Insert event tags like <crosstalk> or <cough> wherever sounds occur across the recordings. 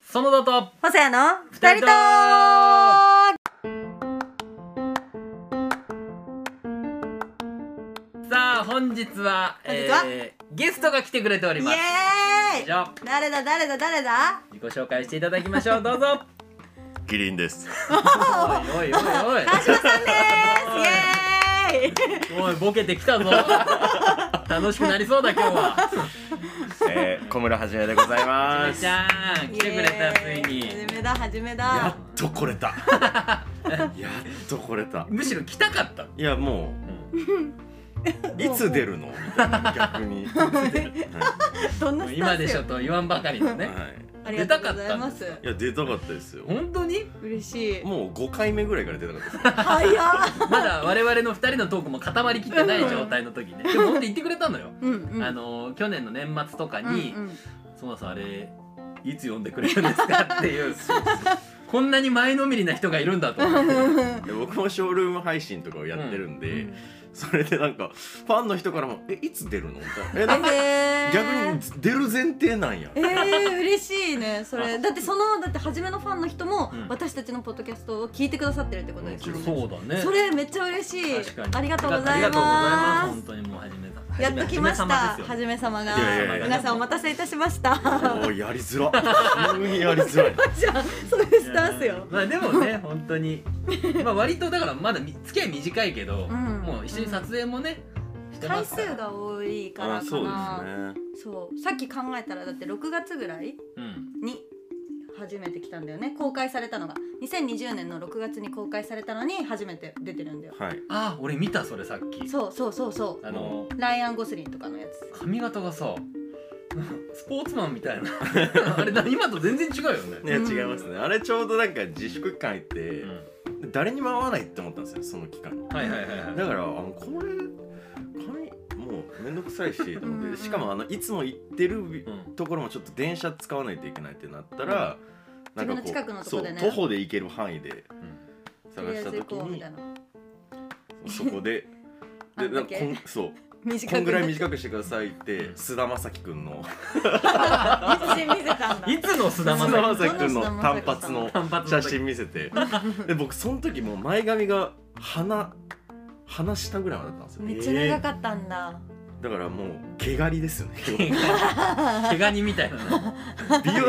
そのだと細谷の二人二と人とさあ本日は本日はえーゲストが来てくれておりイますじエーイゃあ誰だ誰だ誰だ自己紹介していただきましょうどう <laughs> ぞキリンです。おいおいおいおい川島さ <laughs> んですイエーイおいボケてき <laughs> たぞ楽しくなりそうだ今日はえー、小村はじめでございまめす。ちやゃん来てくれたついイエーイに初めだ初めだっと来れ <laughs> た。やっと来れた。むしろ来たかったいやもう、いつ出るのみたいな逆 <laughs> に。はどんなスタ今ンスでしょよと言わんばかりのい、ねはいありがとうございますいや出たかったですよ。本当に嬉しいもう5回目ぐらいから出たかったで早っ <laughs> まだ我々の2人のトークも固まりきってない状態の時ねでも本当言ってくれたのようんうんあの去年の年末とかうんにうん「そもそもあれいつ呼んでくれるんですか?」っていうこんなに前のめりな人がいるんだと思って <laughs> すよ。で僕もショールーム配信とかをやってるんで、それでなんかファンの人からも「えいつ出るの?」みたいな。えなんかえー逆に出る前提なんや。えー、嬉しいねそれだってそのだって初めのファンの人もうん私たちのポッドキャストを聞いてくださってるってことですよもちねそうだねそれめっちゃ嬉しい確かにありがとうごあざりいがとうございますま本当にもう始めたすやっと来ましたは初じめ様がいやいやいや皆さんお待たせいたしましたおーやりづら。急にやりづら <laughs> い。じゃあそういうスタンスよまあでもね本当にまあ割とだからまだみ付き合い短いけどうんもう一緒に撮影もねしてま回すから数が多いからあかそうなですね。そうさっき考えたらだって6月ぐらいうんに初めて来たんだよね公開されたのが2020年の6月に公開されたのに初めて出てるんだよはい。あ俺見たそれさっきそうそうそうそあのうライアン・ゴスリンとかのやつ髪型がさスポーツマンみたいなあれな今と全然違うよねね、うん違いますねあれちょうどなんか自粛期間入って、う誰にも会わないって思ったんですよその期間んはいはいはいはいだからあのこれ髪もう面倒くさいしと思ってうんしかもあのいつも行ってるうんところもちょっと電車使わないといけないってなったら、うんなんかこう自分の近くのとこでねそう徒歩で行ける範囲でと探りあえずした行時こうみにたいなそこ <laughs> であでんだなんかけこんそう <laughs> 短こんぐらいく短くしてくださいって菅田将暉君の写真見せたんだいつの菅田将暉菅田将暉君の単発の単発の写時真見せてで僕その時もう前髪が鼻鼻下ぐらいまでだったんですよめっちゃ長かったんだ、だからもう毛刈りですよね毛ガニみたいなの美容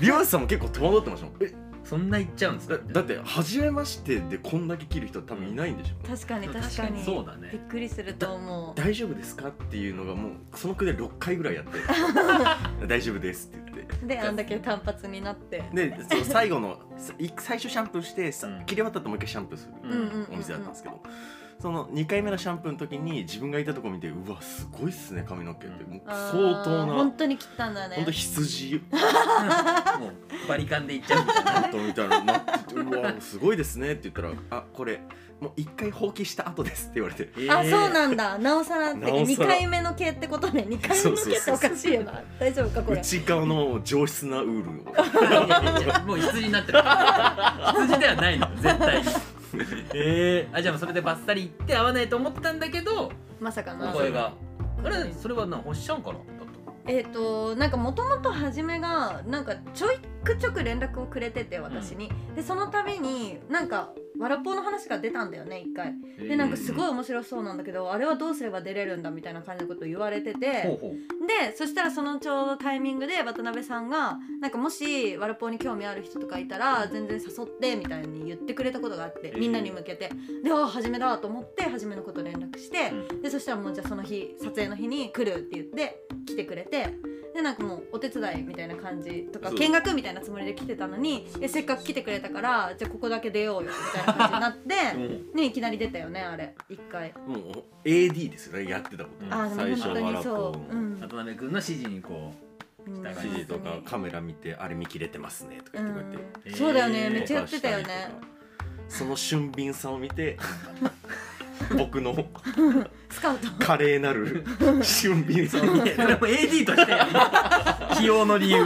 美容師さんも結構戸惑ってましたもんえそんな行っちゃうんですかだだって初めましてでこんだけ切る人多分いないんでしょうね、確かに確かにそうだびっねくりすると思う大丈夫ですかっていうのがもうそのくらい6回ぐらいやって <laughs> 大丈夫ですって言ってであんだけ単発になってでそう最後のさい最初シャンプーしてさうん切り終わったともう一回シャンプーする、うんお店だったんですけどその2回目のシャンプーの時に自分がいたとこ見てうわすごいっすね髪の毛ってもうあー相当な本当に切ったんだね本当羊もうバリカンで行っちゃうみたいな本当みたいなのになっててうわすごいですねって言ったら「あこれもう1回放棄した後です」って言われて <laughs> あ、えーそうなんだ。なおさら、てかなお二さら回目の毛ってことね。二回目の毛っておかしいよな。大丈夫か、これ。内側の上質なウールをもう羊になってる羊ではないの絶対に <laughs> えー、あじゃあそれでバッサリ行って合わないと思ったんだけどまさかおな。声があこれれそれはな星ちゃんからだったえっ、と、なんかもともとはじめが、なんかちょいくちょく連絡をくれてて、私に。で、その度に、なんか。わらぽーの話が出たんだよね一回でなんかすごい面白そうなんだけどあれはどうすれば出れるんだみたいな感じのことを言われててほうほうでそしたらそのちょうどタイミングで渡辺さんがなんかもしワラポーに興味ある人とかいたら全然誘ってみたいに言ってくれたことがあってえーみんなに向けて、でああ初めだと思って初めのこと連絡して、うんでそしたらもうじゃあその日撮影の日に来るって言って来てくれてでなんかもうお手伝いみたいな感じとかそう見学みたいなつもりで来てたのにえせっかく来てくれたからじゃあここだけ出ようよみたいな感じになって、ね、いきなり出たよねあれ一回。もう AD ですよねやってたこうんとあーでも本当にラそポう、うん渡辺君の指示にこ <laughs> うん下が指示と本当かにカメラ見てあれ見切れてますねとかう言ってこうやってんえーそうだよね、うんめっちゃやってたよね動かしたりとかその俊敏さを見て <laughs> 僕のスカウト華麗なる俊敏さをう <laughs> 見いてやそれも AD としてやる起用の理由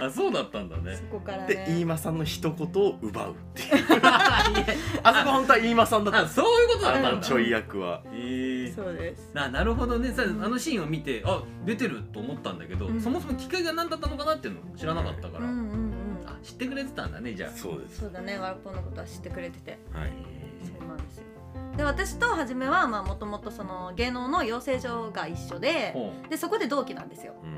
あそうだったんだねそこからで飯ね間さんの一言を奪うっていう <laughs> あいやあそこ本当は飯間さんだったんあですそういうことだったんあだのちょい役はえーねそうですななるほどねさあのシーンを見てあ出てると思ったんだけど、うんそもそも機械が何だったのかなっていうのを知らなかったかうんら、うんうんあ知ってくれてたんだねじゃあそうですそうだねワラポンのことは知ってくれててはいそうなんですよで私とはじめはもともと芸能の養成所が一緒でほでそこで同期なんですようん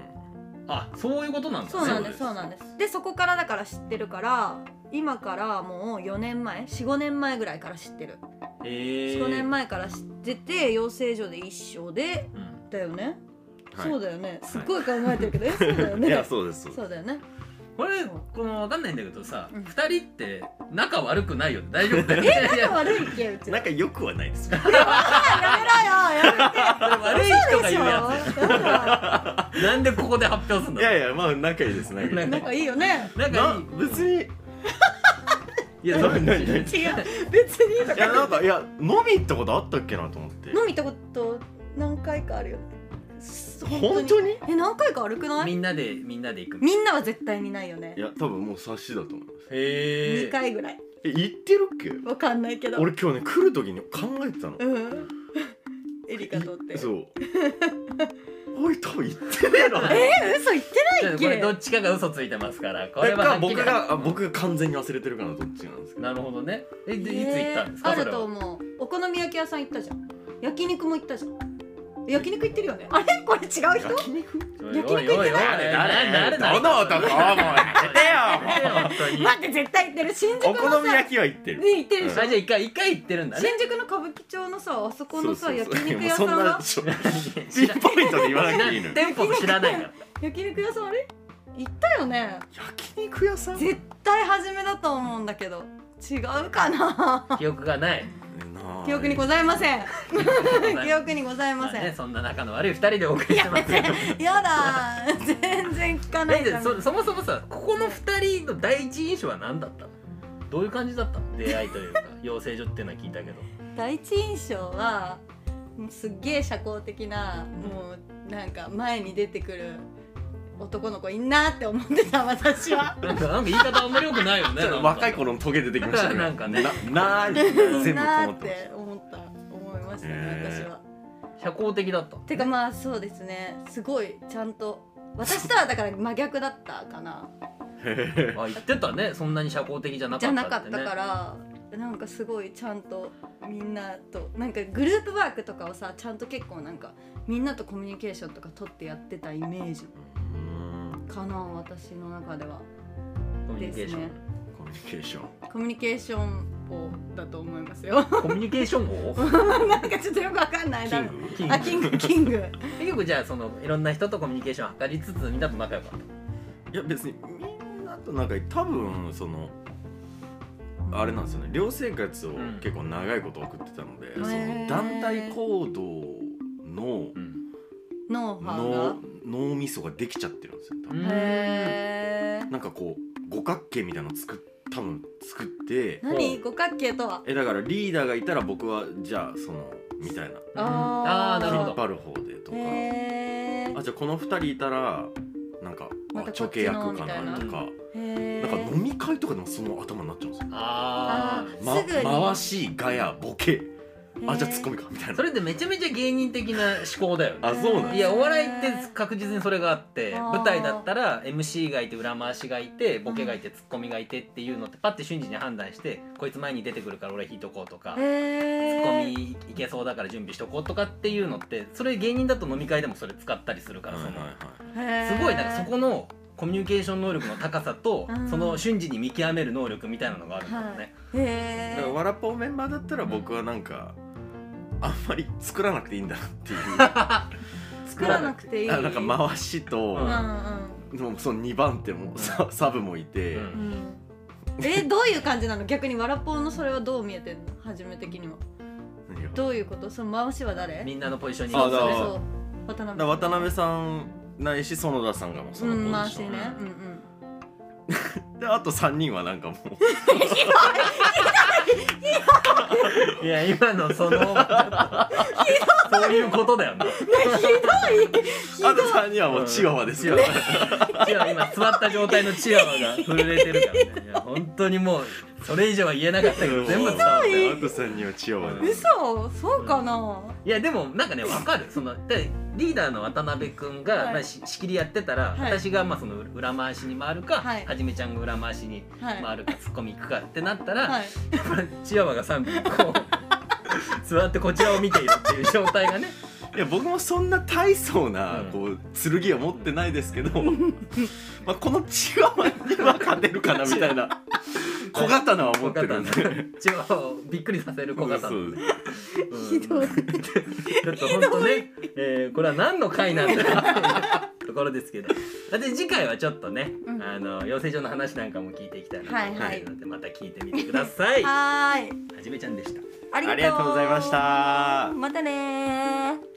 あそういうことなんだねそうなんですそそうですうなんですでそこからだから知ってるから今からもう4年前45年前ぐらいから知ってるえ45年前から知ってて養成所で一緒でうんだよね、はいそうだよねすっごい考えてるけど、えそうだよいねやそうですそうですそうだよねこれそうこの分かんないんだけどさ、う二ん2人って仲悪くないよね大丈夫だよねいや悪いっけうちら仲良くはないですよあやめろよやそれ悪い人が言うやめてそうでしょやつなんでここで発表すんいだろやういやまあ仲いいです仲いい仲いいだなんかいいよね仲いない別にいやそう何何何違う別にとかいやなんかいや飲み行ったことあったっけなと思って飲み行ったこと何回かあるよねす本当にえ何回か悪くないみんなでみんなで行くみんなは絶対にないよねいや多分もう察しだと思いますへ2え回ぐらいえ行ってるっけわかんないけど俺今日ね来る時に考えてたのうんエリカとってそう俺多分行ってねえなええ嘘言ってないっこれどけっちかが嘘ついてますからここれれははがっきり僕があ僕が完全に忘れてるからどっちなんですけどなるほどねえでいつ行ったんですえかーあそれるとは思うお好み焼き屋さん行ったじゃん焼肉も行ったじゃん焼肉行ってるよねあれこれ違う人焼肉焼肉行ってない誰誰誰どの男もうやめてよも本当にあ <laughs> 待って絶対行ってる新宿うおのさ好み焼きは行ってるね行ってるでしじょゃあ一回一回行ってるんだね新宿の歌舞伎町のさあそこのさそうそうそう焼肉屋さもんうそんなはちょピ知ンらポイントで言わなくていいのよ店舗知らないから <laughs> 焼肉屋さんあれ行ったよね焼肉屋さん絶対初めだと思うんだけど違うか <laughs> な記憶がない記憶にござざいません <laughs> 記ま憶にございまあせん、ねそんな仲の悪い二人でお送りしてますけどやだー <laughs> 全然聞かなえいじでゃんそそもそもさここの二人の第一印象は何だったのどういう感じだったの出会いというか養成所っていうのは聞いたけど第一印象はもうすっげえ社交的なもうなんか前に出てくる男の子いんなって思ってた私はなんかなんか言い方あんまり良くないよね <laughs> ちょなんっとか若い頃のトゲ出てきましたねなんかねななーにい全ん部こなーもっってまして思った思いましたね、へ私ーは社交的だったてかまあそうですねすごいちゃんと私とはだから真逆だったかなへあ言ってたねそんなに社交的じゃなじかゃっなかたっってたねからなんかすごいちゃんとみんなとなんかグループワークとかをさちゃんと結構なんかみんなとコミュニケーションとか取ってやってたイメージーうんかな私の中ではコミュニケーション、ですコミュニケーションコミュニケーションをだと思いますよ <laughs> コミュニケーションをなんかちょっとよくわかんないキなングキンあキングキング結局じゃあそのいろんな人とコミュニケーションを図りつつみんなと仲良かっいや別にみんなとなんか多分そのあれなんですよね寮生活をん結構長いこと送ってたので、へーその団体行動のた、うん、ノウハ脳脳みそができちゃってるんですよ多分ウがへえなんかこう五角形みたいなの作っ多分作って何五角形とはえだからリーダーがいたら僕はじゃあそのみたいなあーなるほ引っど張る方でとか、へーあじゃあこの2人いたらなんかまたあこ助っけちの役かみたいななとか、へなんかー飲み会とかでもその頭になっちゃうんですよああーま、すぐに回しガヤボケあじゃあツッコミかみたいそなれでめちゃめちゃ芸人的な思考だよねあそうなんいでやお笑いって確実にそれがあってあー舞台だったら MC がいて裏回しがいてボケがいてツッコミがいてっていうのってパッて瞬時に判断してこいつ前に出てくるから俺引いとこうとかへツッコえミいけそうだから準備しとこうとかっていうのってそれ芸人だと飲み会でもそれ使ったりするからはいそはのいはいすごいなんかそこのコミュニケーション能力の高さとうんその瞬時に見極める能力みたいなのがあるんだろうねへえだからわらぽメンバーだったら僕はなんかあんまり作らなくていいんだなっていう <laughs> 作らなくていいあなんか回しと、うんもうその2番手もササブもいて、うんうんうん、うんえどういう感じなの逆にわらぽんのそれはどう見えてんの初め的には何がどういうことその回しは誰みんなのポジションにそうそうあだからそう渡だ辺から渡辺さんないし園田さんがもうそのうんポ回ジシしョン、ねうんであと3人はなんかもういや今のそのそういうことだよねうんひどいひどあいと3人はもうチワワですよ、うんチワワ今座った状態のチワワが震えてるからねいや本当にもうそれ以上は言えなかったけど全部伝わったよアクさんにはチワワうんです嘘そうかな、いやでもなんかねわかるそのでリーダーの渡辺君が、はいまあ、し仕切りやってたら、はい私がまあその裏回しに回るか、ははいじめちゃんが裏回しにはい、回るか、ツッコミ行くかってなったら、はい、これチワワが3匹こう座ってこちらを見ているっていう状態がねいや僕もそんな大層なうんこう剣は持ってないです <laughs> けど、 <laughs> まあこのチワワには勝てるかなみた <laughs> いな小刀は持ってるんで小刀チワワをびっくりさせる小型そうですひひどいちょっと本当ね、えーこれは何の回なんだよっていうところですけど。で次回はちょっとね、うんあの養成所の話なんかも聞いていきたいなと思ってるので、また聞いてみてください。ははーいじめちゃんでした。ありがとうありがとうございましたまたねー